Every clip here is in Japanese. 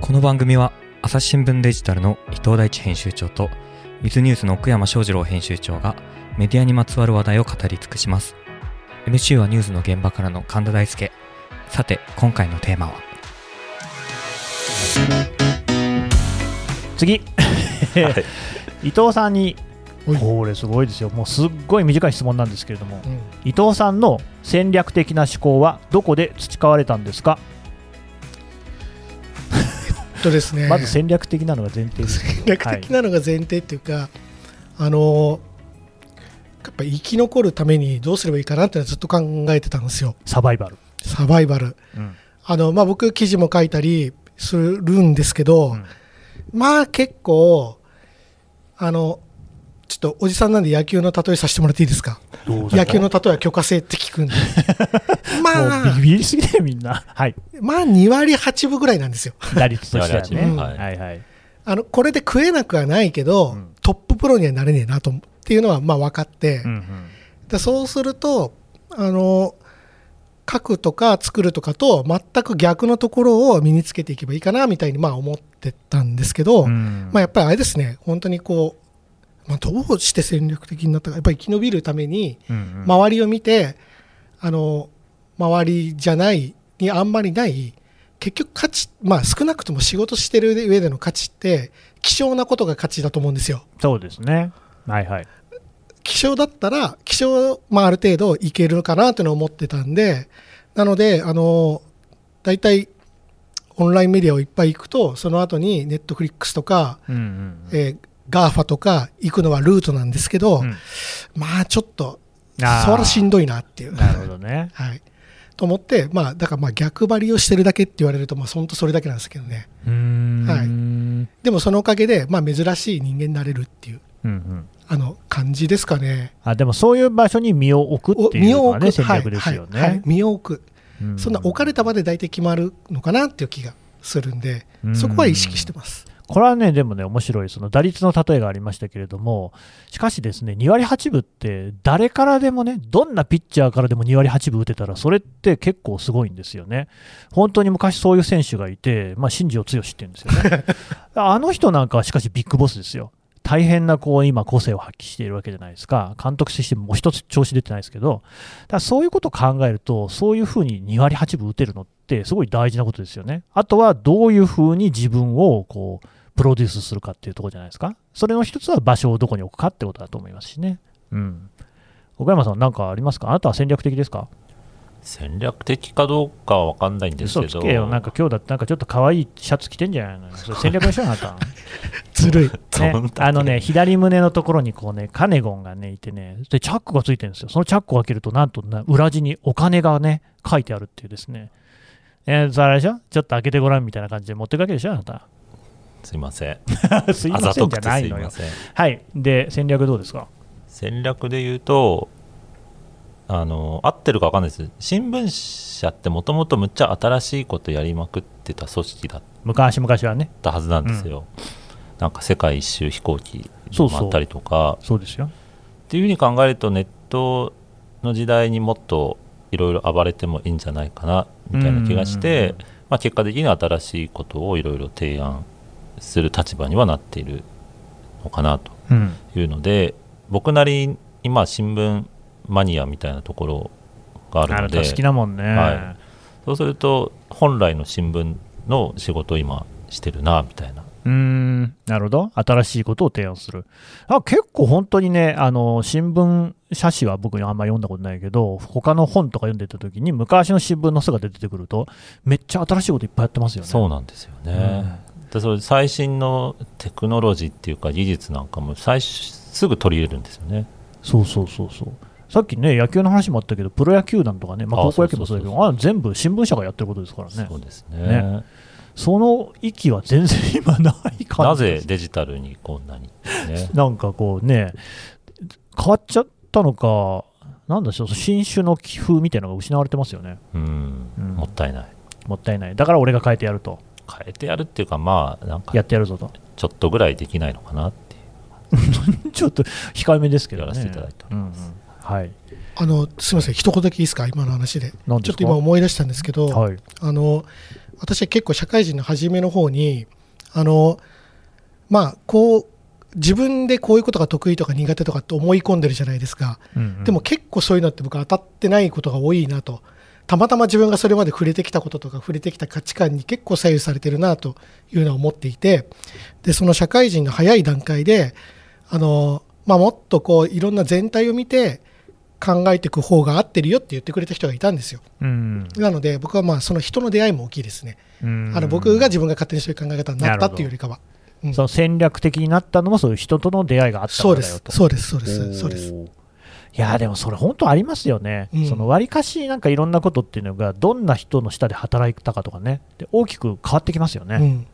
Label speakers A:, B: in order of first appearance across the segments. A: この番組は朝日新聞デジタルの伊藤大地編集長とウィズニュースの奥山翔二郎編集長がメディアにまつわる話題を語り尽くします MC はニュースの現場からの神田大輔さて今回のテーマは
B: 次、
C: はい
B: 伊藤さんに
D: おい
B: これすごいですよもうすっごい短い質問なんですけれども
D: うん
B: 伊藤さんの戦略的な思考はどこで培われたんですか、
D: えっとですね、
B: まず戦略的なのが前提ですけど
D: 戦略的なのが前提っていうか、あのやっぱ生き残るためにどうすればいいかなってのはずっと考えてたんですよ
B: サバイバル、
D: サバイバル
B: うん
D: あの、まあ、僕記事も書いたりするんですけど、
B: うん
D: まあ結構あのちょっとおじさんなんで野球の例えさせてもらっていいですか
B: どうぞ
D: 野球の例えは許可制って聞 くんでま
B: もう
D: あ
B: ビビりすぎだよみんな はい
D: まあ2割8分ぐらいなんですよ
B: 打率としてはね、
D: うん
B: はいはいはい
D: あのこれで食えなくはないけど、
B: うん
D: トッププロにはなれねえなと思うっていうのはまあ分かって、
B: うんうん
D: でそうするとあの書くとか作るとかと全く逆のところを身につけていけばいいかなみたいにまあ思ってたんですけど、
B: うん
D: まあ、やっぱりあれですね本当にこう、まあ、どうして戦略的になったかやっぱり生き延びるために
B: うんうん
D: 周りを見て、あの周りじゃないにあんまりない結局価値、まあ、少なくとも仕事してる上での価値って希少なことが価値だと思うんですよ。
B: そうですねはいはい
D: 希少だったら希少、まあ、ある程度いけるかなというのを思ってたんでなのであの大体オンラインメディアをいっぱい行くとその後にネットフリックスとか、
B: うんうん
D: えー、ガーファとか行くのはルートなんですけど、
B: うん
D: まあちょっと
B: あー
D: そらしんどいなっていう。
B: なるほどね
D: はいと思って、まあ、だからまあ逆張りをしてるだけって言われると、まあ、本当それだけなんですけどね。
B: うーん
D: はい
B: うん
D: でもそのおかげで、まあ、珍しい人間になれるっていう、
B: うん
D: あの、感じですかね。
B: あでもそういう場所に身を置くっていうのがね戦略ですよね、
D: はいはいはい身を置く。
B: う
D: そんな置かれた場で大体決まるのかなっていう気がするんで、
B: うん
D: そこは意識してます。
B: これはね、でもね、面白い、その打率の例えがありましたけれども、しかしですね、2割8分って、誰からでもね、どんなピッチャーからでも2割8分打てたら、それって結構すごいんですよね。本当に昔、そういう選手がいて、まあ、新庄剛志って言うんですよね。 あの人なんかは、しかしビッグボスですよ。大変なこう今、個性を発揮しているわけじゃないですか、監督としてもう一つ調子出てないですけど、だからそういうことを考えると、そういうふうに2割8分打てるのって、すごい大事なことですよね。あとは、どういうふうに自分をこうプロデュースするかっていうところじゃないですか。それの一つは場所をどこに置くかってことだと思いますしね。うん。岡山さん、なんかありますかあなたは戦略的ですか
C: 戦略的かどうかは分かんないんです
B: 嘘
C: け
B: つ
C: ど
B: けよ。なんか今日だって、なんかちょっと可愛いシャツ着てんじゃない のよそれ戦略でしょ、あなた。
D: ずるい。
B: ね
C: どんだ、け
B: あのね、左胸のところにこうね、カネゴンがね、いてね、で、チャックがついてるんですよ。そのチャックを開けると、なんとな裏地にお金がね、書いてあるっていうですね。えー、それあれでしょちょっと開けてごらんみたいな感じで持ってくわけでしょ、あな た。
C: すいません
B: すい
C: あ
B: ま
C: ざ
B: せ
C: と
B: んじ
C: く
B: ゃ
C: て
B: な
C: す
B: い
C: い
B: の
C: ま
B: よ。
C: せん
B: はい。で、戦略どうですか
C: 戦略で言うとあの合ってるか分かんないです新聞社ってもともとむっちゃ新しいことやりまくってた組織だっ
B: 昔々はね。
C: たはずなんですよ、なんか世界一周飛行機
B: そうそう
C: もあったりとか
B: そうですよ。
C: っていうふうに考えるとネットの時代にもっといろいろ暴れてもいいんじゃないかなみたいな気がして、
B: うん
C: まあ、結果的には新しいことをいろいろ提案する立場にはなっているのかなと
B: うん。
C: いうので僕なりに今新聞マニアみたいなところがあ
B: あ
C: るの
B: な
C: で
B: た好きなもんね。
C: はそうすると本来の新聞の仕事を今してるなみたいな
B: うーんなるほど、新しいことを提案する。あ結構本当にね、あの新聞社誌は僕、あんまり読んだことないけど、他の本とか読んでた時に、昔の新聞の姿出てくると、めっちゃ新しいこといっぱいやってますよね。
C: そうなんですよね、でそれ最新のテクノロジーっていうか技術なんかも最初すぐ取り入れるんですよね
B: そうそうそうそう。さっきね、野球の話もあったけど、プロ野球団とかね、まあ、
C: あ
B: 高校野球もそうだけ
C: そう
B: ど、あ全部新聞社がやってることですからね
C: そ、うですね
B: ねその域は全然今ない感
C: な
B: じで
C: ぜ
B: す、
C: デジタルにこんなに、ね
B: なんかこうね、変わっちゃったのか、なんでしょう、新種の気風みたいなのが失われてますよね。
C: うん、
B: うん
C: もったいない
B: もったいない。だから俺が変えてやると。
C: 変えてやるっていうかまあなんか
B: やってやるぞと。
C: ちょっとぐらいできないのかなっていう
B: ちょっと控えめですけどね。
C: やらせていただいております
B: うんうんはい。
D: あの、すみません、一言だけいいですか、今の話で。
B: 何
D: ち
B: です
D: ょっと
B: か
D: 今思い出したんですけど、
B: はい。
D: あの、私は結構社会人の初めの方にあのまあこう自分でこういうことが得意とか苦手とかって思い込んでるじゃないですか、
B: うんうん
D: でも結構そういうのって僕当たってないことが多いなとたまたま自分がそれまで触れてきたこととか触れてきた価値観に結構左右されてるなというのは思っていてでその社会人の早い段階であの、まあ、もっとこういろんな全体を見て考えていく方が合ってるよって言ってくれた人がいたんですよ
B: うん
D: なので僕はまあその人の出会いも大きいですね
B: うん
D: あの僕が自分が勝手にそういう考え方になったっていうよりかはうん
B: その戦略的になったのもそういう人との出会いがあったか
D: そう
B: ら
D: で
B: だよ
D: す
B: と
D: そうですそうですそうです
B: おーいやーでもそれ本当ありますよね、
D: うん
B: その割かしなんかいろんなことっていうのがどんな人の下で働いたかとかねで大きく変わってきますよね、
D: うん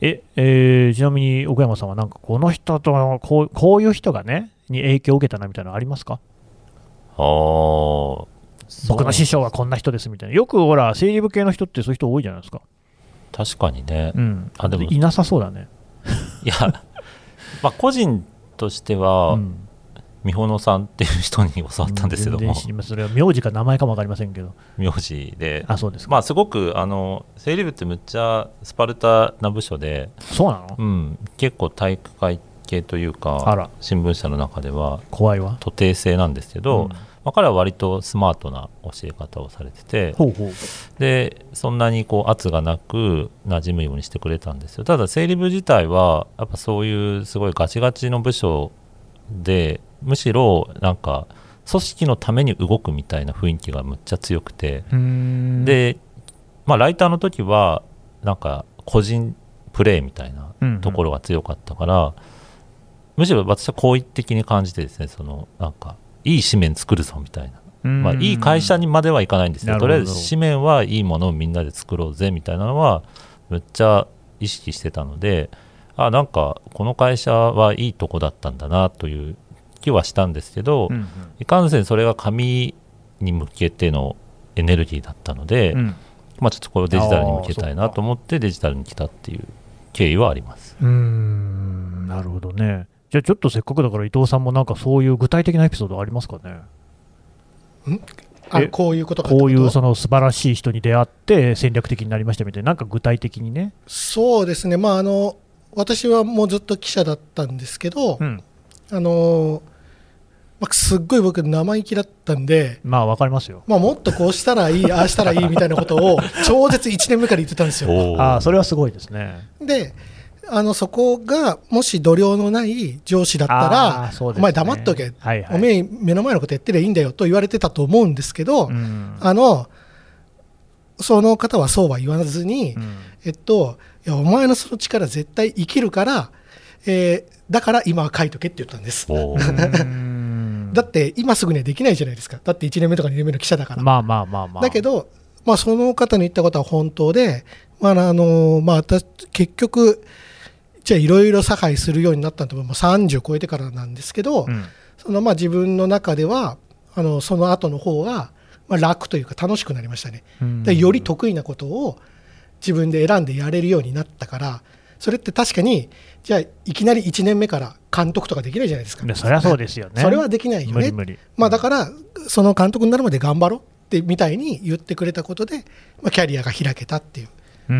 B: ええーちなみに奥山さんはなんかこの人とはこうこういう人がねに影響を受けたなみたいなのありますか
C: あー
B: 僕の師匠はこんな人ですみたいなよくほら生理部系の人ってそういう人多いじゃないですか
C: 確かにね、
B: うん
C: あでも
B: いなさそうだね
C: いや まあ個人としては、
B: うん
C: 美穂さんっていう人に教わったんですけど
B: 全
C: も
B: 然知りませんそれは名字か名前かも分かりませんけど
C: 名字で
B: あそうですか、
C: まあすごくあの生理部ってむっちゃスパルタな部署で、
B: そうなの
C: うん、結構体育会系という
B: あ
C: から新聞社の中では
B: 怖いわ
C: 徒弟制なんですけど、
B: うん
C: まあ、彼は割とスマートな教え方をされてて
B: ほうほう
C: でそんなにこう圧がなく馴染むようにしてくれたんですよただ生理部自体はやっぱそういうすごいガチガチの部署でむしろなんか組織のために動くみたいな雰囲気がむっちゃ強くて、
B: で、
C: で、まあ、ライターの時はなんか個人プレーみたいな
B: うんうん
C: ところが強かったから、むしろ私は好意的に感じてですねそのなんかいい紙面作るぞみたいな、まあ、いい会社にまではいかないんですけど
B: なる
C: と
B: ほ
C: り
B: ど
C: あえず紙面はいいものをみんなで作ろうぜみたいなのはむっちゃ意識してたのであなんかこの会社はいいとこだったんだなという気はしたんですけど、
B: うん
C: いかんせんそれが紙に向けてのエネルギーだったので、
B: うん
C: まあ、ちょっとこれをデジタルに向けたいなと思ってデジタルに来たっていう経緯はあります。
B: うーんなるほどねじゃあちょっとせっかくだから伊藤さんもなんかそういう具体的なエピソードありますかね
D: あ
B: え
D: こういうことかって
B: こ
D: こ
B: う
D: と
B: いうその素晴らしい人に出会って戦略的になりましたみたいななんか具体的にね
D: そうですね、まあ、あの私はもうずっと記者だったんですけど、
B: うん
D: あのまあ、すっごい僕、生意気だったんで、
B: まあわかりますよ
D: まあ、もっとこうしたら いい、ああしたらいいみたいなことを、超絶1年目から言ってたんですよ。
B: ああそれはすごいですね
D: であのそこがもし度量のない上司だったら、
B: あーそうです
D: お
B: ね
D: 前黙っとけ、
B: はいはい
D: おめえ目の前のことやってりゃいいんだよと言われてたと思うんですけど、
B: うん
D: あのその方はそうは言わずに、
B: うん
D: えっと、いや、お前のその力絶対生きるから、えーだから今は書いとけって言ったんです。
C: お
B: う
C: ー
B: ーん
D: だって今すぐにはできないじゃないですか。だって1年目とか2年目の記者だから。
B: まあまあまあまあ
D: だけど、まあその方の言ったことは本当で、まああの、まあ私結局、じゃあいろいろ差配するようになったのともう30超えてからなんですけど、
B: うん
D: そのまあ自分の中では、あの、その後の方が、まあ楽というか楽しくなりましたね。
B: うん
D: でより得意なことを自分で選んでやれるようになったからそれって確かにじゃあいきなり1年目から監督とかできないじゃないですか
B: でそりゃそうですよね
D: それはできないよね
B: 無理無理
D: まあ、だからその監督になるまで頑張ろうってみたいに言ってくれたことで、まあ、キャリアが開けたっていう
B: うー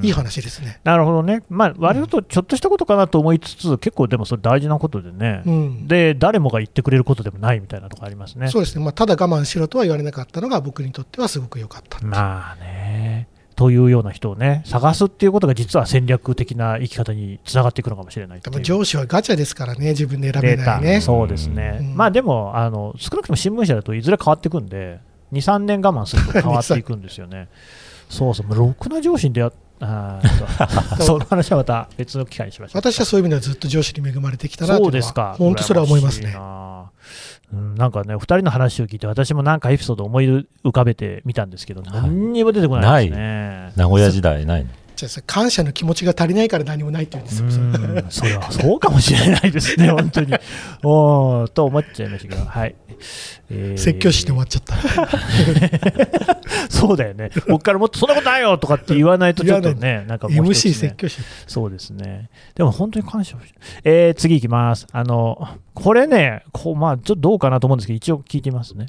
B: ん
D: いい話ですね。
B: なるほどね、まあ、割とちょっとしたことかなと思いつつ、結構でもそれ大事なことでね、
D: うん
B: で誰もが言ってくれることでもないみたいなとこありますね。
D: そうですね、まあ、ただ我慢しろとは言われなかったのが僕にとってはすごく良かった。
B: まあねというような人をね、探すっていうことが実は戦略的な生き方につながっていくのかもしれないって
D: で
B: いう
D: も上司はガチャですからね自分で選べ
B: デー
D: な
B: タ、
D: いね。
B: そうですね、
D: うん
B: まあでもあの、少なくとも新聞社だといずれ変わっていくんで、2、3三年我慢すると変わっていくんですよ ね。そうそう、もうろくな上司に出会っあー そうその話はまた別の機会にしましょう。
D: 私はそういう意味ではずっと上司に恵まれてきたなとい
B: そうう
D: の
B: で
D: は
B: すか。
D: 本当それは思います
B: 羨し
D: ね。
B: なうん、なんかね、お二人の話を聞いて、私もなんかエピソード思い浮かべてみたんですけど、
C: はい
B: 何にも出てこないですね。
C: 名古屋時代ないの
D: じゃあそれ感謝の気持ちが足りないから何もないって言うんですよ。
B: うんそれはそうかもしれないです ね、本当に。おーと思っちゃいましたけど、はい。えー
D: 説教して終わっちゃった。
B: そうだよね、僕からもっとそんなことないよとかって言わないと、ちょっ とね、なんかもう一つ
D: MC
B: ね
D: 説教師。
B: そうですね。でも本当に感謝をしえー、次いきます。あの、これね、こうまあ、ちょっとどうかなと思うんですけど、一応聞いてみますね。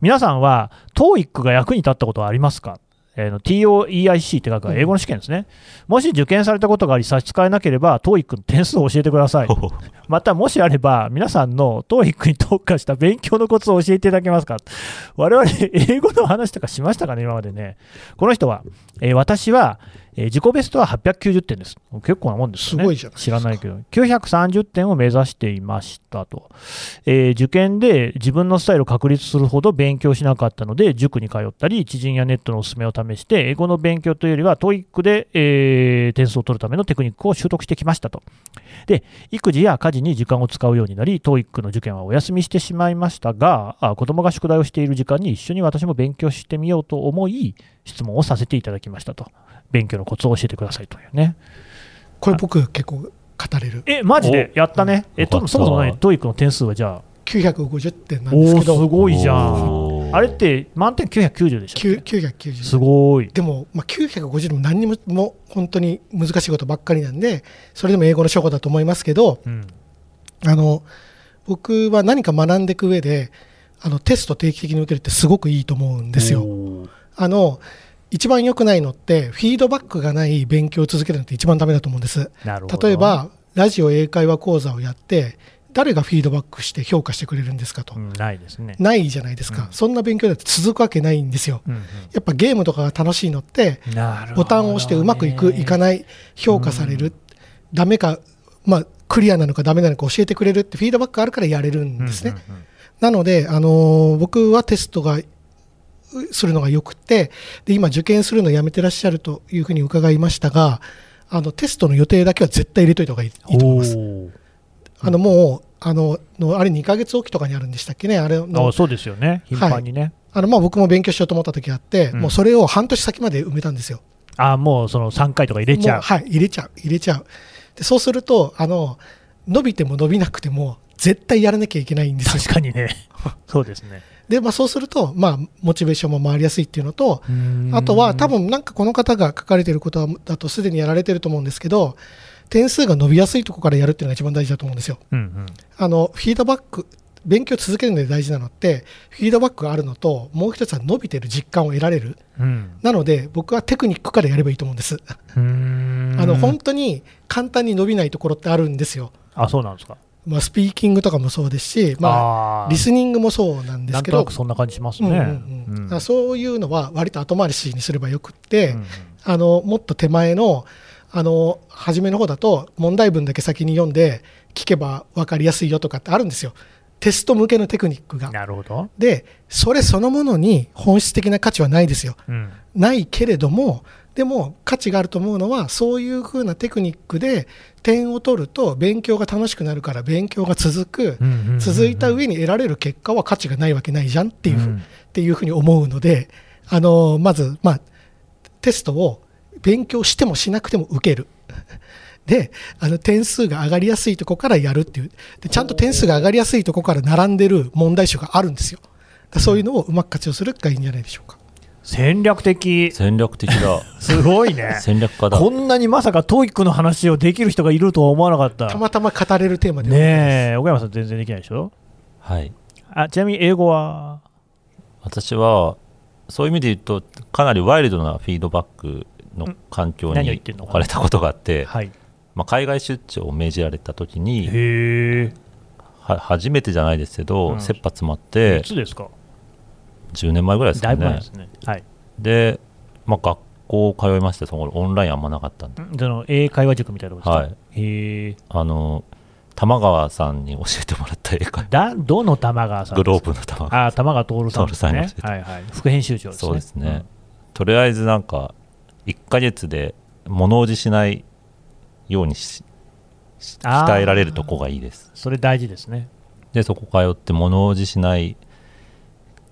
B: 皆さんは、TOEIC が役に立ったことはありますかえーの TOEIC って書く英語の試験ですね、もし受験されたことがあり差し支えなければ TOEIC の点数を教えてくださいまたもしあれば皆さんの TOEIC に特化した勉強のコツを教えていただけますか我々英語の話とかしましたかね今までねこの人は、えー私は、えー自己ベストは890点です結構なもんですよね
D: すごいじゃないです
B: 知
D: から
B: ないけど930点を目指していましたとえー受験で自分のスタイルを確立するほど勉強しなかったので、塾に通ったり、知人やネットのおすすめを試して、英語の勉強というよりは、トイックで、えー点数を取るためのテクニックを習得してきましたと。で、育児や家事に時間を使うようになり、トイックの受験はお休みしてしまいましたが、あ子供が宿題をしている時間に一緒に私も勉強してみようと思い、質問をさせていただきましたと。勉強のコツを教えてくださいというね。
D: これ僕結構語れる
B: え、マジでやったね。えっ
C: よか
B: と、
C: った
B: そもそもね、トイックの点数はじゃあ、
D: 950点なん
B: お
D: で
B: お
D: すけ
B: ーす
D: ど
B: ごいじゃ
C: お
B: ん
C: ー
B: あれって満点990でしょ
D: 9 990
B: すごい
D: でも、まあ、950でも何にももう本当に難しいことばっかりなんでそれでも英語の書庫だと思いますけど
B: うん
D: あの僕は何か学んでいく上であのテスト定期的に受けるってすごくいいと思うんですよ。
B: おー
D: あの一番良くないのってフィードバックがない勉強を続けるのって一番ダメだと思うんです。
B: なるほど
D: 例えばラジオ英会話講座をやって誰がフィードバックして評価してくれるんですかと、
B: うんないですね
D: ないじゃないです
B: う
D: か、
B: ん
D: そんな勉強だって続くわけないんですよ
B: うんうん
D: やっぱゲームとかが楽しいのって
B: なるほどね
D: ボタンを押してうまくいくいかない評価される、
B: う
D: ダメかまあクリアなのかダメなのか教えてくれるってフィードバックがあるからやれるんですね、
B: うんうんうん
D: なので、あのー僕はテストがうするのがよくてで今受験するのやめてらっしゃるというふうに伺いましたがあのテストの予定だけは絶対入れといた方がいいいいと思います
B: おー
D: あのもうあののあれ2ヶ月おきとかにあるんでしたっけねあれ
B: あ
D: の
B: そうですよね頻繁にね
D: あのまあ僕も勉強しようと思った時があって、
B: うん
D: もうそれを半年先まで埋めたんですよ。
B: あもうその3回とか入れちゃ
D: も
B: う
D: うはい入れちゃう入れちゃうでそうするとあの伸びても伸びなくても絶対やらなきゃいけないんですよ。
B: 確かに ねそうですね
D: で、まあ、そうすると、まあ、モチベーションも回りやすいっていうのとあとは多分なんかこの方が書かれてることだとすでにやられてると思うんですけど点数が伸びやすいところからやるっていうのが一番大事だと思うんですよ。
B: うんうん
D: あのフィードバック勉強続けるので大事なのってフィードバックがあるのともう一つは伸びてる実感を得られる
B: うん
D: なので僕はテクニックからやればいいと思うんです、
B: うーん
D: あの本当に簡単に伸びないところってあるんですよ、
B: あそうなんですか
D: まあ、スピーキングとかもそうですし、ま
B: あ
D: あ、
B: ー
D: リスニングもそうなんです
B: なん
D: け
B: とな
D: ど
B: くそんな感じします
D: うん
B: ね
D: うん
B: う
D: うんん
B: うん
D: だからそういうのは割と後回しにすればよくって、
B: うん
D: あのもっと手前のあの初めの方だと問題文だけ先に読んで聞けば分かりやすいよとかってあるんですよテスト向けのテクニックが。
B: なるほど
D: でそれそのものに本質的な価値はないですよ
B: うん
D: ないけれどもでも価値があると思うのはそういう風なテクニックで点を取ると勉強が楽しくなるから勉強が続く
B: うんうんうんうん
D: 続いた上に得られる結果は価値がないわけないじゃんっていう,、
B: うん
D: っていうふうに思うのであのまず、まあ、テストを勉強してもしなくても受ける。 であの点数が上がりやすいとこからやるっていうでちゃんと点数が上がりやすいとこから並んでる問題集があるんですよだからそういうのをうまく活用するがいいんじゃないでしょうか
B: 戦略的
C: 戦略 的だ。
B: すごいね
C: 戦略家だ。
B: こんなにまさか TOEIC の話をできる人がいるとは思わなかった。
D: たまたま語れるテーマではないです
B: ねえ、岡山さん全然できないでしょ
C: はい。
B: あ、ちなみに英語は、
C: 私は、そういう意味で言うと、かなりワイルドなフィードバックの環境
B: 何を
C: に
B: 言ってんの
C: 置かれたことがあって、
B: はい。
C: まあ、海外出張を命じられた時に、
B: へ
C: は初めてじゃないですけ
B: う
C: ど、
B: ん
C: 切羽詰まっ
B: え。い
C: て、
B: つですか
C: 10年前ぐらいです
B: だ
C: か
B: いぶ前
C: ね
B: で。すね。はい。
C: で、まあ、学校通いまして、そのオンラインあんまなかったんで、
B: その英会話塾みたいなとこ
C: は
B: で
C: い
B: す。かへえ。
C: あの、玉川さんに教えてもらった英 会話
B: だ、どの玉川さん
C: グロー
B: プ。
C: ブの玉川。
B: あ、玉川徹さんですね
C: 徹さんに教え。て
B: はいはい。副編集長ですね。
C: そうですね、とりあえずなんか1ヶ月で物おじしないようにしし
B: あー
C: 鍛えられるとこがいいです
B: うん。それ大事ですね。
C: でそこ通って物おじしない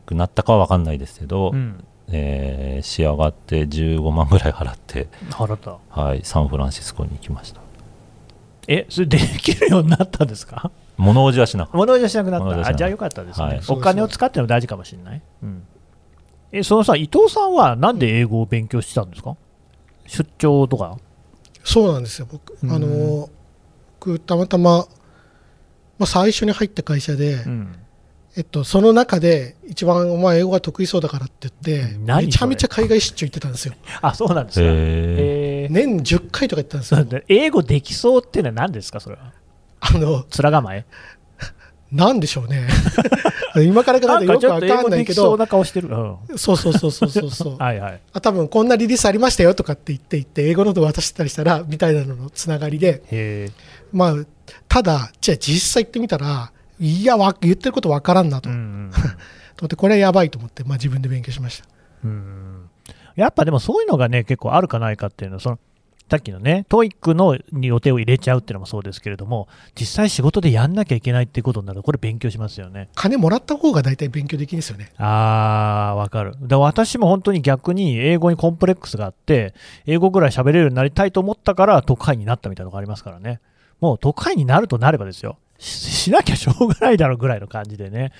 C: くなったかは分かんないですけど、
B: うん。
C: えー仕上がって15万ぐらい払って、
B: 腹立った。
C: はい、サンフランシスコに行きました
B: え、それできるようになったんですか
C: 物おじはしなかっ
B: 物おじはしなくな
C: 物お
B: っ
C: じは
B: た。あ
C: しなかった
B: じゃあよかったですね、
C: はい
B: お金を使っての大事かもしれない。うんえ、そのさ、伊藤さんはなんで英語を勉強してたんですか出張とか。
D: そうなんですよ僕
B: うん
D: あの僕たまたま、まあ、最初に入った会社で、
B: ん。
D: えっと、その中で、一番お前英語が得意そうだからって言って、
B: 何それ
D: めちゃめちゃ海外出張行ってたんですよ。
B: あ、そうなんですよ。
C: へー
B: えー
D: 年10回とか行ってたんです
B: そう
D: よ。
B: ね英語できそうっていうのは何ですか、それは。
D: あの、
B: 面構え。
D: なんでしょうね。 今から考
B: な
D: え
B: ん
D: てよ
B: かち
D: く
B: ょ
D: わ
B: っと英
D: かん
B: 語
D: ない
B: で
D: け
B: きそう
D: ど、
B: な顔してる。うん、
D: そうそうそうそうそうそ う。
B: はいはい。
D: あ多分こんなリリースありましたよとかって言って言って英語のと渡してたりしたらみたいなののつながりで
B: へ
D: まあただじゃあ実際行ってみたらいやわ言ってることわからんな
B: え。
D: と,、
B: う
D: と
B: ん
D: 思ってこれはやばいと思って、まあ、自分で勉強しました
B: うん、うん。やっぱでもそういうのがね、結構あるかないかっていうのは、その、さっきのね、トイックのに予定を入れちゃうっていうのもそうですけれども、実際仕事でやんなきゃいけないっていうことになると、これ勉強しますよね。
D: 金もらった方が大体勉強できるんですよね
B: あー、わかる。だ私も本当に逆に英語にコンプレックスがあって、英語ぐらい喋れるようになりたいと思ったから、都会になったみたいなのがありますからね。もう都会になるとなればですよ。ししなきゃしょうがないだろうぐらいの感じでね。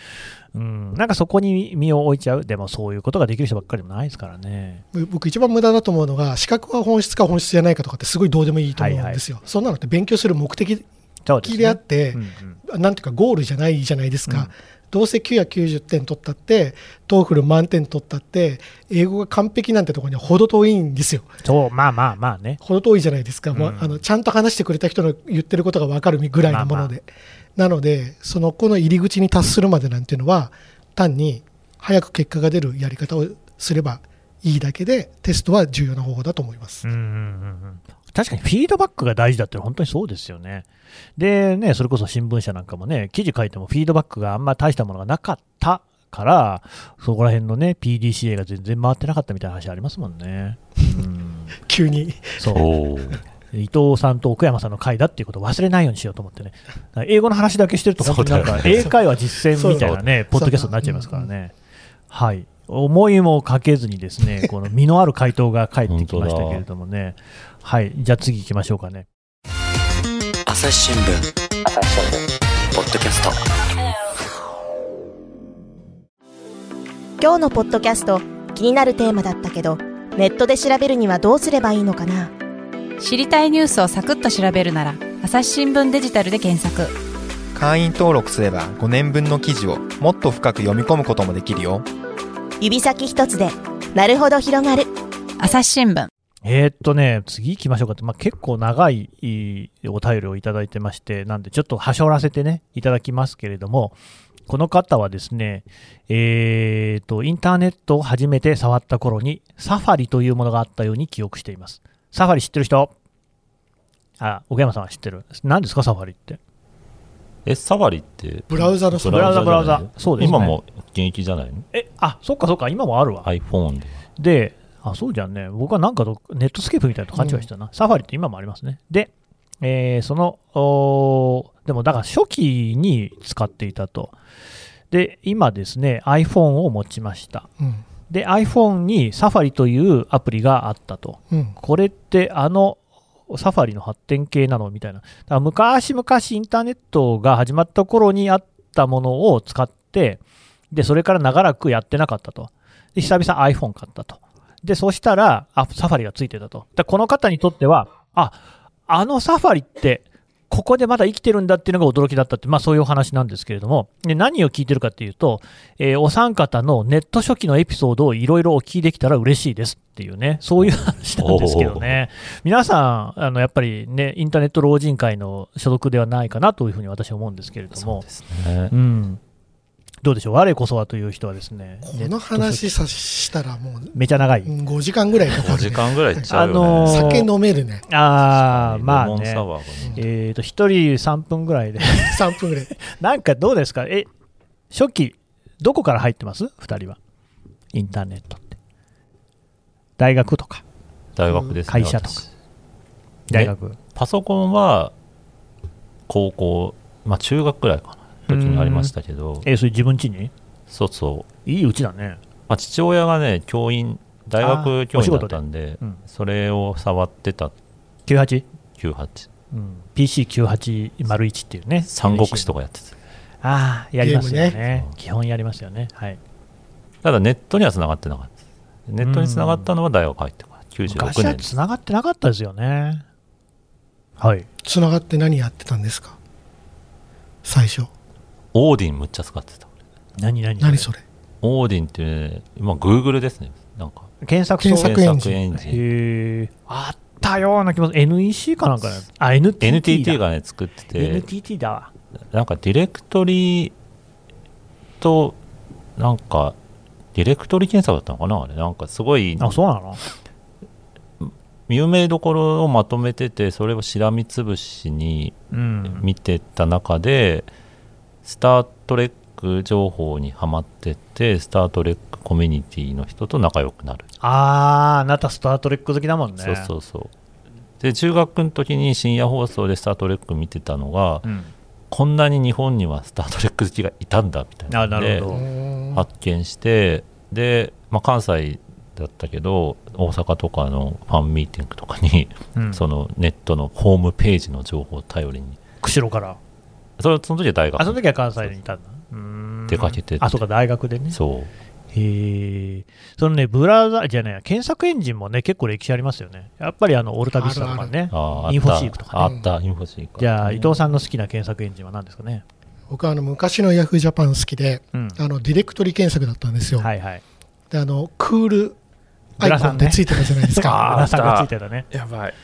B: うん。なんかそこに身を置いちゃう。でもそういうことができる人ばっかりでもないですからね。
D: ぶ僕一番無駄だと思うのが資格は本質か本質じゃないかとかってすごいどうでもいいと思うんですよ、そんなのって勉強する目的
B: そうですね。
D: であって、
B: うんうん
D: なんていうかゴールじゃないじゃないですか、
B: うん
D: どうせ990点取ったってトーフル満点取ったって英語が完璧なんてところには程遠いんですよ
B: そう、まあまあまあね。
D: 程遠いじゃないですか、もう
B: うん
D: あのちゃんと話してくれた人の言ってることが分かるぐらいのもので、なのでそのこの入り口に達するまでなんていうのは単に早く結果が出るやり方をすればいいだけでテストは重要な方法だと思います、
B: うんうんうんうん確かにフィードバックが大事だって本当にそうですよね。でね、それこそ新聞社なんかもね、記事書いてもフィードバックがあんま大したものがなかったから、そこら辺のね、PDCA が全然回ってなかったみたいな話ありますもんね。うん、
D: 急に
B: そう。
C: おー
B: 伊藤さんと奥山さんの会だっていうことを忘れないようにしようと思ってね。だから英語の話だけしてると本当になん
C: そう
B: か、
C: だよね
B: 英会話実践みたいなね、ポッドキャストになっちゃいますからね。はい。思いもかけずにですね、この身のある回答が返ってきましたけれどもね。はい。じゃあ次行きましょうかね。
A: 朝日新聞ポッドキャスト
E: 今日のポッドキャスト気になるテーマだったけどネットで調べるにはどうすればいいのかな
F: 知りたいニュースをサクッと調べるなら朝日新聞デジタルで検索
G: 会員登録すれば5年分の記事をもっと深く読み込むこともできるよ
E: 指先一つでなるほど広がる
F: 朝日新聞
B: えーっとね、次行きましょうかって、まあ、結構長いいいお便りをいただいてまして、なんでちょっとはしょらせてね、いただきますけれども、この方はですね、えーっと、インターネットを初めて触った頃に、サファリというものがあったように記憶しています。サファリ知ってる人あ、奥山さんは知ってる。何ですか、サファリって。
C: え、サバリって。
D: ブラウザの
B: ブラウザ、ブラウ
C: じゃない
B: ザ。そうです、ね。
C: 今。も現役じゃないの
B: え、あ、そっかそっか、今もあるわ。
C: ?iPhone で。
B: で、あ、そうじゃんね。僕はなんかとネットスケープみたいなと勘違いしてたな。サファリって今もありますね。で、えーその、おーでもだから初期に使っていたと。で、今ですね、iPhone を持ちました。
D: うん
B: で、iPhone にサファリというアプリがあったと。
D: うん
B: これってあのサファリの発展系なのみたいな。だから昔々インターネットが始まった頃にあったものを使って、で、それから長らくやってなかったと。で、久々 iPhone 買ったと。で、そしたら、あ、サファリがついてたと。だからこの方にとっては、あ、あのサファリって、ここでまだ生きてるんだっていうのが驚きだったって、まあそういうお話なんですけれども、で何を聞いてるかっていうと、えーお三方のネット初期のエピソードをいろいろお聞きできたら嬉しいですっていうね、そういう話なんですけどね。皆さん、あの、やっぱりね、インターネット老人会の所属ではないかなというふうに私は思うんですけれども、
C: すね。
B: うん。どうでしょう我こそはという人はですね、
D: こ
B: ネッ
D: の
B: ト
D: 話さしたらもう
B: めちゃ長い。
D: うん5時間ぐらいかか
C: 5
D: る、ね、
C: 時間ぐらいいっちゃうよね。
B: あのー
D: 酒飲めるね
B: ああ、まあ
C: レモン
B: ね
C: サ。ワーがね。
B: えっ、と、一人3分ぐらいで。
D: 3分ぐらい
B: なんかどうですかえ、初期、どこから入ってます二人は。インターネットって。大学とか。
C: 大学ですね。
B: 会社とか
C: 私
B: 大学。
C: パソコンは、高校、まあ中学くらいかな。時にありましたけど、
B: えーそれ自分家に
C: そうそう。
B: いいうちだね。
C: まあ父親がね、教員、大学教員だったんで
B: お仕事でうん、
C: それを触ってた
B: 98?
C: 98。
B: うん、PC9801 っていうね。
C: 三国志とかやってた。
B: ああ、やりますよね
D: ゲー
C: ね
B: 基本やりますよね。はい。
C: ただネットには繋がってなかったです。ネットに繋がったのは大学入ってから、96
B: 昔は
C: 年です。
B: 繋がってなかったですよね。はい。
D: つながって何やってたんですか最初
C: オーディンむっちゃ使ってた。
B: 何何
D: 何それ
C: オーディンっていう、ね、今、グーグルですね。なんか、
B: 検索
D: 検索エンジン
C: エンジン。
B: へえあったような気もする NEC かなんかねあ NTT だ
C: NTT がね、作ってて、
B: NTT だわ
C: なんかディレクトリと、なんか、ディレクトリ検索だったのかなあれ、なんかすごい
B: あそうなの
C: 有名どころをまとめてて、それをしらみつぶしに
B: うん
C: 見てた中で、スター・トレック情報にハマってって、スター・トレックコミュニティの人と仲良くなる。
B: あーあなたスター・トレック好きだもんね
C: そうそうそう。で、中学の時に深夜放送でスター・トレック見てたのが、
B: うん、
C: こんなに日本にはスター・トレック好きがいたんだみたいな
B: あな
C: ので
B: るほど
C: 発見してで、まあ、関西だったけど大阪とかのファンミーティングとかに、
B: うん、
C: そのネットのホームページの情報を頼りに
B: 釧路から
C: それその時は大学
B: あその時は関西にいたんだうーん
C: 出かけてって
B: あそうか大学でね
C: そう
B: へえそのねブラウザじゃない検索エンジンもね結構歴史ありますよねやっぱりあのオルタビスタとかね
C: あーあった
B: インフォシークとか
C: あ
B: ね
C: ったインフォシーク
B: じゃあ伊藤
C: ん
B: さんの好きな検索エンジンは何ですかね
D: 僕はあの昔の YahooJapan 好きで
B: うん
D: あのディレクトリ検索だったんですよ、
B: はいはい
D: であのクールア
B: グラ
D: イコ
B: サン
D: ン
B: ね
D: でついてたじゃないです か
B: あさんがついてたね
C: やばい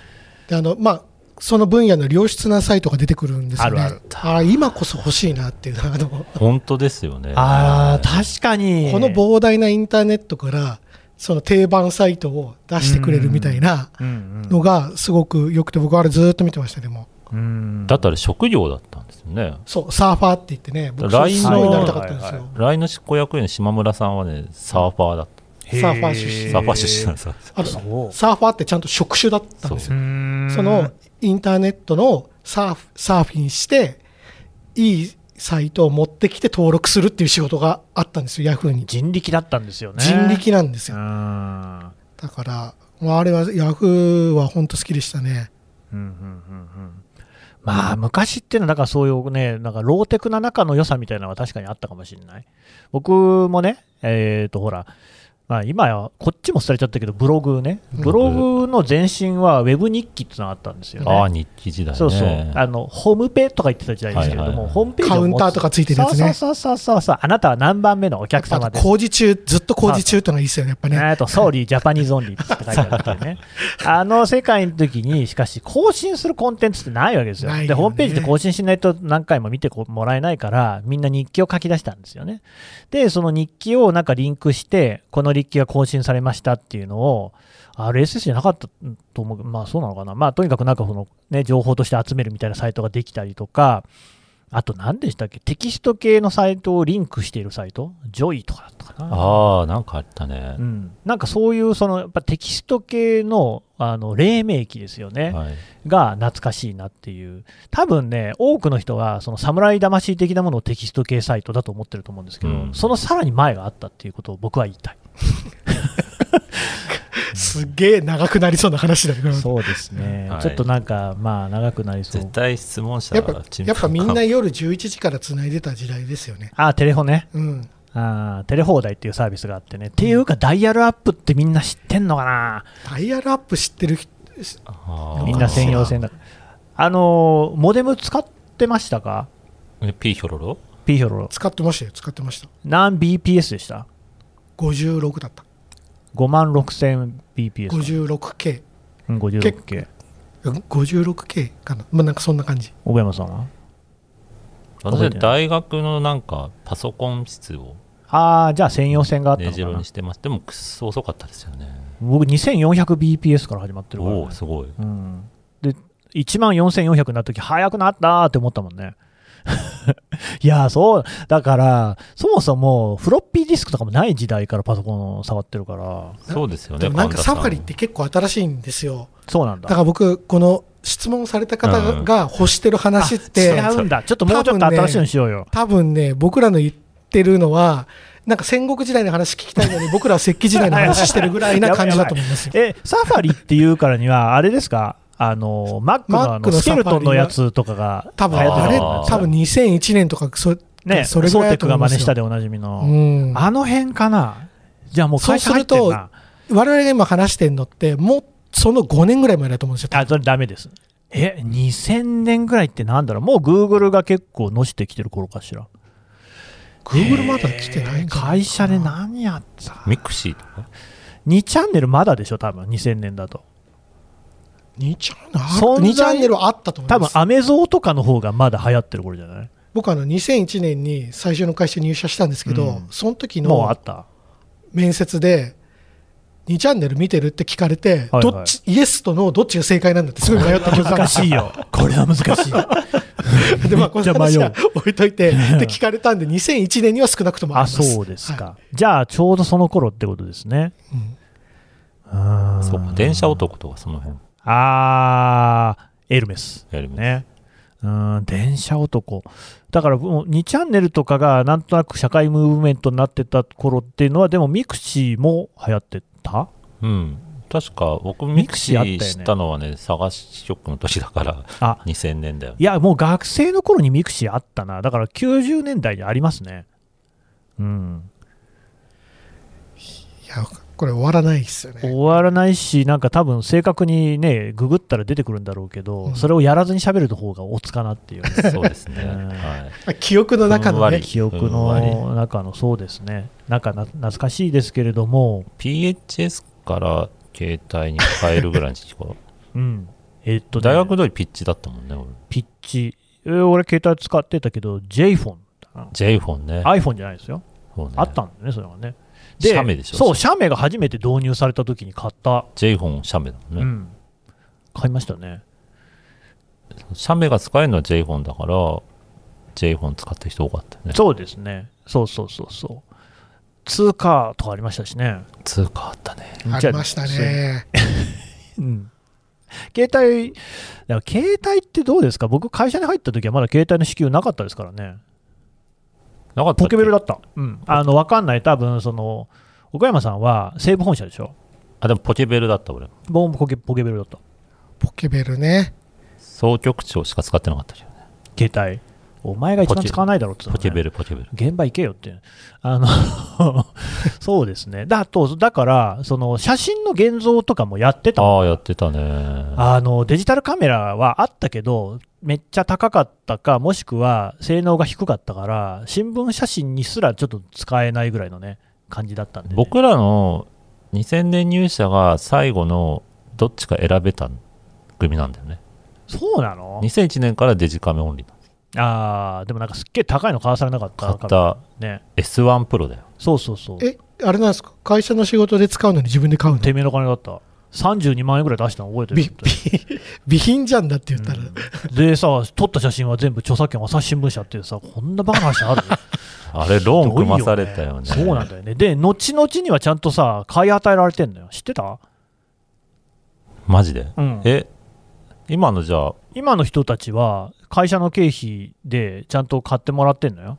D: であのまあその分野の良質なサイトが出てくるんですよね
B: ある
D: あー今こそ欲しいなっていう あのこ
C: 本当ですよね
B: ああ確かに
D: の膨大なインターネットからその定番サイトを出してくれるみたいな
B: うん
D: のがすごく良くて僕はあれずーっと見てましたでも
B: うんうん
C: だったら職業だったんですよね
D: そうサーファーって言ってね僕
C: ライン
D: すごいなりたかったんですよ
C: LINE の執行役員の島村さんはねサーファーだった
B: へ
D: サーファー出身
C: サーファー出身なんですよ
D: あ
B: そ
D: の
B: う
D: サーファーってちゃんと職種だったんですよ
B: うーん
D: そのインターネットのサーフサーフィンして、いいサイトを持ってきて登録するっていう仕事があったんですよ、ヤフーに。
B: 人力だったんですよね
D: 人力なんです
B: う
D: よ。
B: ん
D: だから、まあ、あれはヤフーは本当好きでしたね。
B: うんうんうんうんまあ昔っていうのはだからそういうねなんかローテクな中の良さみたいなのは確かにあったかもしれない僕もねえっ、とほらまあ今はこっちも廃れちゃったけどブログねブログの前身はウェブ日記っていうのがあったんですよね、
C: ああ日記時代ね
B: そうそうあのホームペとか言ってた時代ですけれども、
C: はいはいはい
B: ホームページを持つ
D: カウンターとかついてるやつね
B: そうそうそうそうそうあなたは何番目のお客
D: あ
B: 様
D: と
B: です
D: 工事中、ずっと工事中ってのがいいですよね、やっぱね。
B: あと、ソーリー、ジャパニーズオンリーって書いてあるっていう ね。あの世界の時に、しかし、更新するコンテンツってないわけですよ。
D: ないよね
B: で、ホームページで更新しないと何回も見てこもらえないから、みんな日記を書き出したんですよね。で、その日記をなんかリンクして、この日記が更新されましたっていうのを、RSS じゃなかったと思う、まあそうなのかな、まあとにかくなんかその、ね、情報として集めるみたいなサイトができたりとか、あと何でしたっけ、テキスト系のサイトをリンクしているサイト、ジョイとかだったかな。
C: ああなんかあったね
B: う、ん、なんかそういうそのやっぱテキスト系のあの黎明期ですよね、
C: はい、
B: が懐かしいなっていう多分ね多くの人がその侍魂的なものをテキスト系サイトだと思ってると思うんですけど、
C: うん
B: そのさらに前があったっていうことを僕は言いたい
D: すっげえ長くなりそうな話だけど。
B: そうですね
C: はい
B: ちょっとなんかまあ長くなりそう
C: 絶対質問者
D: やっぱ
C: チン
D: やっぱみんな
C: パン
D: 夜11時から繋いでた時代ですよね。
B: あーテレホね
D: うん。
B: あーテレ放題っていうサービスがあってね、っていうかダイヤルアップってみんな知ってんのかな
D: ダイヤルアップ知ってる人、
C: あー
B: みんな専用線だあのーモデム使ってましたか
C: えピーヒョロロ
B: ピーヒョロ
D: 使ってましたよ、使ってました。
B: 何 BPS でした
D: 56だった。
B: 5万 6000BPS か
D: 56K。
B: うん 56K
D: 56K かな。まあ、なんかそんな感じ。
B: 小山さんは
C: 私
B: 覚えて
C: は
B: ない
C: 大学のなんかパソコン室を
B: ああじゃあ専用線があった
C: ね
B: のか
C: じろ
B: な
C: にしてますでもくっそ遅かったですよね
B: 僕 2400BPS から始まってるから、ね
C: おおすごい
B: うん、で1万4400になった時早くなったーって思ったもんね いやーそうだからそもそもフロッピーディスクとかもない時代からパソコンを触ってるから
C: そうですよ
D: で
C: ね
D: もなんか
C: 神田さ
D: サファリって結構新しいんですよ。
B: そうなん
D: だ
B: だ
D: から僕、この質問された方が
C: うん
D: が欲してる話っ
B: 違
D: て、
B: うんだちょっともうちょっと新しいのしようよ、
D: 多分ね、僕らの言ってるのは、なんか戦国時代の話聞きたいのに、僕らは石器時代の話してるぐらいな感じだと思いますよ。
B: え、サファリっていうからには、あれですか、あの、マックのあ
D: マック
B: の
D: の
B: スケルト
D: サファ
B: ン
D: リは
B: のやつとかが、
D: 多分
B: 流行って
D: あ
B: た
D: れ、
B: と思うんですよ
D: 多分2001年とかそ、
B: ね、ソ
D: それぐら
B: ーテッ
D: いだ
B: ク
D: と
B: が
D: 思いま
B: 真
D: す
B: 似
D: よ
B: したでおなじみ
D: う
B: の、
D: ん、
B: あの辺かな、じゃあもう会社入って
D: そ
B: ん
D: うする
B: な、
D: 我々が今話してるのって、もうその5年ぐらい前だと思うんですよ。
B: あ、それダメです。え、2000年ぐらいってなんだろう、もうグーグルが結構のしてきてる頃かしら。
D: Google まだ来てないかな
B: 会社で何やってた
C: ミクシーとか
B: 2チャンネルまだでしょ多分2000年だと
D: 2チャンネルあ
B: 存在
D: 2チャンネルはあったと思い
B: 多
D: ま
B: 分
D: す
B: アメゾーとかの方がまだ流行ってる頃じゃない
D: 僕あの2001年に最初の会社入社したんですけど、
B: うん
D: その時
B: もうあ
D: の
B: った
D: 面接で2チャンネル見てるって聞かれて、
B: はいはい
D: どっちイエスとノーどっちが正解なんだってすごい迷った記憶がある
B: 難しいよこれは難しい
D: でまあこの
B: めっ
D: 話
B: ちゃ
D: は置いといて で聞かれたんで2001年には少なくともあり
B: あ
D: ます
B: そうですか、
D: は
B: じゃあちょうどその頃ってことですね
D: いうん
B: あ
C: そうか電車男とかその辺
B: あーエルメス
C: やります
B: ねうん電車男だからもう2チャンネルとかがなんとなく社会ムーブメントになってた頃っていうのはでもミクシーも流行ってた
C: うん確か僕
B: ミ
C: ミ
B: ク
C: ク
B: シ
C: シ
B: ーあったよ
C: ー
B: ね
C: 知ったのはね探しショックの時だから
B: あ
C: 2000年だよ
B: いやもう学生の頃にミクシーあったなだから90年代にありますねうん
D: いやこれ終わらないですよね
B: 終わらないしなんか多分正確にねググったら出てくるんだろうけど、
D: うん
B: それをやらずに喋る方がおつかなっていうね、
C: そうで すね
B: うん
C: はい
D: 記憶の中の
C: ふんわ
D: ね
C: り
B: 記憶の中のそうですねなんかな懐かしいですけれども
C: PHS から携帯に変えるぐらいの時期か
B: うんえっとね、
C: 大学通りピッチだったもんね俺
B: ピッチ、えー俺携帯使ってたけど J フォンだな
C: J フォンね
B: iPhone じゃないですよ、
C: そうね
B: あったんだよねそれはね
C: 写メでしょ
B: そう写メが初めて導入された時に買った、
C: J フォン写メだもん
B: う
C: ね
B: ん買いましたね
C: 写メが使えるのは J フォンだから J フォン使ってる人多かったよね
B: そうですねそうそうそうそう通貨とかありましたしね
C: 通貨あったね
D: ありましたね
B: うん携帯、だから携帯ってどうですか僕、会社に入った時はまだ携帯の支給なかったですからね。
C: なかった
B: ポケベル
C: だ
B: だった。うん。あの、わかんない。多分、その、岡山さんは西武本社でしょ
C: あでもポケベルだった俺
B: 僕もポケポケベルだった。
D: ポケベルね
C: 総局長しか使ってなかったけどね
B: 携帯。お前が一番
C: ポケ
B: 使わないだろうって言
C: ポ
B: った
C: ケ
B: のね
C: ベルポケベル
B: 現場行けよって。あの、 そうですね。だと、だから、その、写真の現像とかもやってたもん
C: ああやってたね
B: あのデジタルカメラはあったけど、めっちゃ高かったか、もしくは性能が低かったから、新聞写真にすらちょっと使えないぐらいのね、感じだったんでね、
C: 僕らの2000年入社が最後のどっちか選べた組なんだよね
B: そうなの
C: 2001年からデジカメオンリー
B: あーでもなんかすっげえ高いの買わされなかった
C: 買った
B: ね、
C: S1 プロだよ
B: そうそうそう、
D: えあれなんですか会社の仕事で使うのに自分で買うの
B: てめえの金だった、32万円ぐらい出したの覚えてる
D: びび備品じゃんだって言ったら、
B: うんでさ、撮った写真は全部著作権、朝日新聞社っていうさ、こんなバカな話 ある
C: あれローン組まされ
B: すご
C: た
B: い
C: よね
B: そうなんだよね。で、後々にはちゃんとさ、買い与えられてんのよ。知ってた
C: マジで
B: うん
C: え今のじゃあ
B: 今の人たちは会社の経費でちゃんと買ってもらってんのよ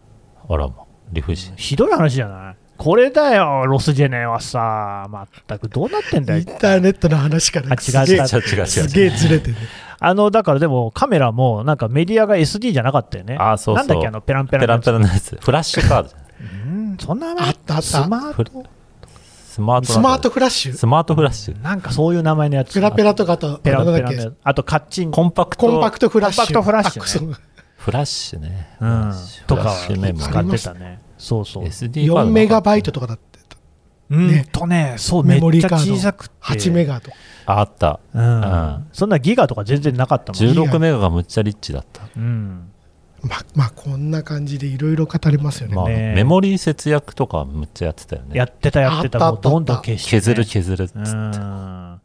C: あらま理不尽
B: ひどい話じゃないこれだよロスジェネはさまったくどうなってんだよ
D: インターネットの話か
B: あ
D: ら
B: 違う
D: すげえ
B: 違う
C: 違う違う
D: すげえずれてる
B: あのだからでもカメラもなんかメディアが SD じゃなかったよね
C: あそうそ
B: な
C: う
B: んだっけあのペランペ
C: ペ
B: ランのや
C: ラン
B: つ
C: ペラのやつフラッシュカードじゃん
B: うんそんな名前
D: あったあった
B: スマート
C: スマート
D: スマートフラッシュ
C: スマートフラッシュ
B: なんかそういう名前のやつ
D: ペラペラとかあと
B: ペラ
D: あ
B: ペ
D: のな
B: ラ
D: ん
B: の
D: だっけ
B: やつあとカッチン
C: コンパクト
D: コンパクトフラッシ
B: コ
D: ュ
B: ンパクトフラッシュね
D: あそう
C: フラッシュね
B: うんと
C: フ
B: か
C: ラッシュメ
B: は
C: モ
B: 使ってたねそうそう
C: SD カード
D: 4メガバイトとかだって
B: うんとねそうめ
D: メ
B: っ
D: モリー
B: ちゃ
D: カード
B: 小さくて
D: 8メガとか
C: ああった
B: うんそんなギガとか全然なかったもん
C: 16メガがむっちゃリッチだった
B: うん
D: まあまあこんな感じでいろいろ語れますよね、
C: まあ
B: ね
C: メモリー節約とかむっちゃやってたよ
B: や
C: ね
B: ってたやってた、
D: あ
B: も
D: っ
B: う
D: た
B: どんどん消して、
C: 削る削るっつっ
B: う
C: て
B: ん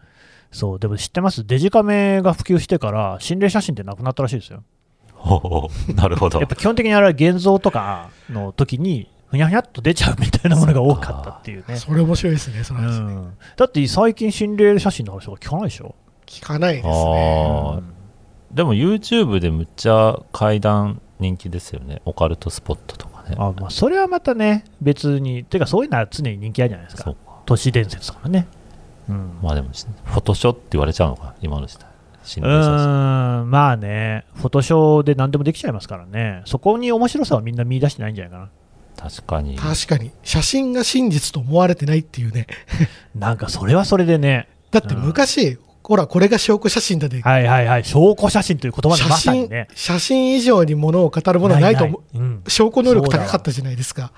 B: そう、でも知ってます、デジカメが普及してから、心霊写真ってなくなったらしいですよ。
C: ほうほうなるほど
B: やっぱ基本的にあれは現像とかの時に、ふにゃふにゃっと出ちゃうみたいなものが多かったっていうね。
D: それ面白いですねその
B: う
D: 話、
B: んだって最近、心霊写真の話とか聞かないでしょ。
D: 聞かないですね
C: ああでも YouTube でむっちゃ階段人気ですよねオカルトスポットとかね
B: あまあ、それはまたね、別に、てかそういうのは常に人気あるじゃないです
C: そ
B: か
C: う、か
B: 都市伝説とかね。うん
C: まあでもフォトショーって言われちゃうのか今の時代心
B: う
C: 霊写真
B: ーん、まあね、フォトショーで何でもできちゃいますからね、そこに面白さはみんな見出してないんじゃないかな。
C: 確かに
D: 確かに写真が真実と思われてないっていうね
B: なんかそれはそれでね、
D: だって昔、ほら、これが証拠写真だで、
B: はいはいはい、証拠写真という言葉
D: 写
B: でまさに
D: 真
B: ね、
D: 写真以上にものを語るものはないと思う。
B: ないないうん
D: 証拠能力高かったじゃないですか。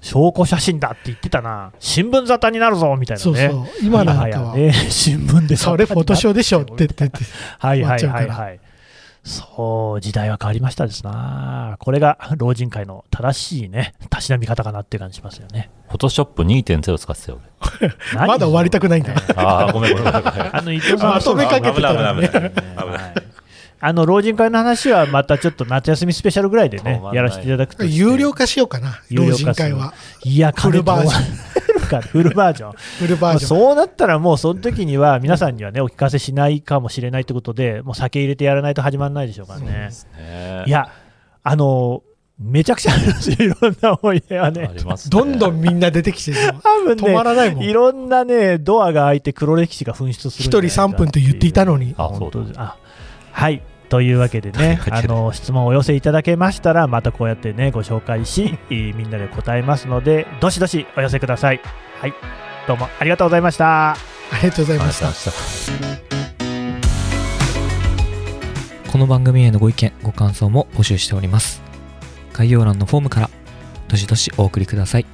B: 証拠写真だって言ってたな、新聞沙汰になるぞみたいなね、
D: そうそう。今なんか
B: や
D: は、
B: ね、 新聞で
D: それフォトショーでしょって言ってて。
B: はいはいはい
D: 終わっちゃうか
B: はい。そう、時代は変わりましたですな。これが老人会の正しいね、たしなみ方かなっていう感じしますよね。
C: フォトショップ2.0使ってたよ、
B: 何
D: まだ終わりたくないんだ
B: ね
C: 俺。ああ、ごめん、ごめん。 あ
B: あの、伊藤さん
D: まとめかけてたらね
C: 危ない、危ない、危ない。
B: はいあの、老人会の話はまたちょっと夏休みスペシャルぐらいで
C: 止
B: ね
C: まん、ない
B: やらせていただくとして。
D: 有料化しようかな、
B: 有料
D: 老
B: 化する
D: 人会は。
B: いや、
D: フルバージョン
B: ン。フルバージョン。
D: フルバージョン。
B: そうなったらもうその時には皆さんにはね、お聞かせしないかもしれないってことで、もう酒入れてやらないと始まらないでしょうからね。
C: ね
B: いや、あの、めちゃくちゃあるんですよ、いろんな思い出は
C: あ
B: ね。
C: りますね
D: どんどんみんな出 てきてる、
B: 多分
D: 止ま
B: ね、
D: らないもん。
B: い
D: 一
B: ろんなね、ドアが開いて黒歴史が噴出するんじ
D: 人
B: ゃないか
D: 3分と言っていたのに。
C: あ、そ
B: 本
C: う
B: 当
C: だ
B: ですあはいというわけでね、あの質問をお寄せいただけましたら、またこうやってね、ご紹介し、えーみんなで答えますので、どしどしお寄せください。はい、どうもありがとうございました。
D: ありがとうございました。
A: この番組へのご意見ご感想も募集しております概要欄のフォームからどしどしお送りください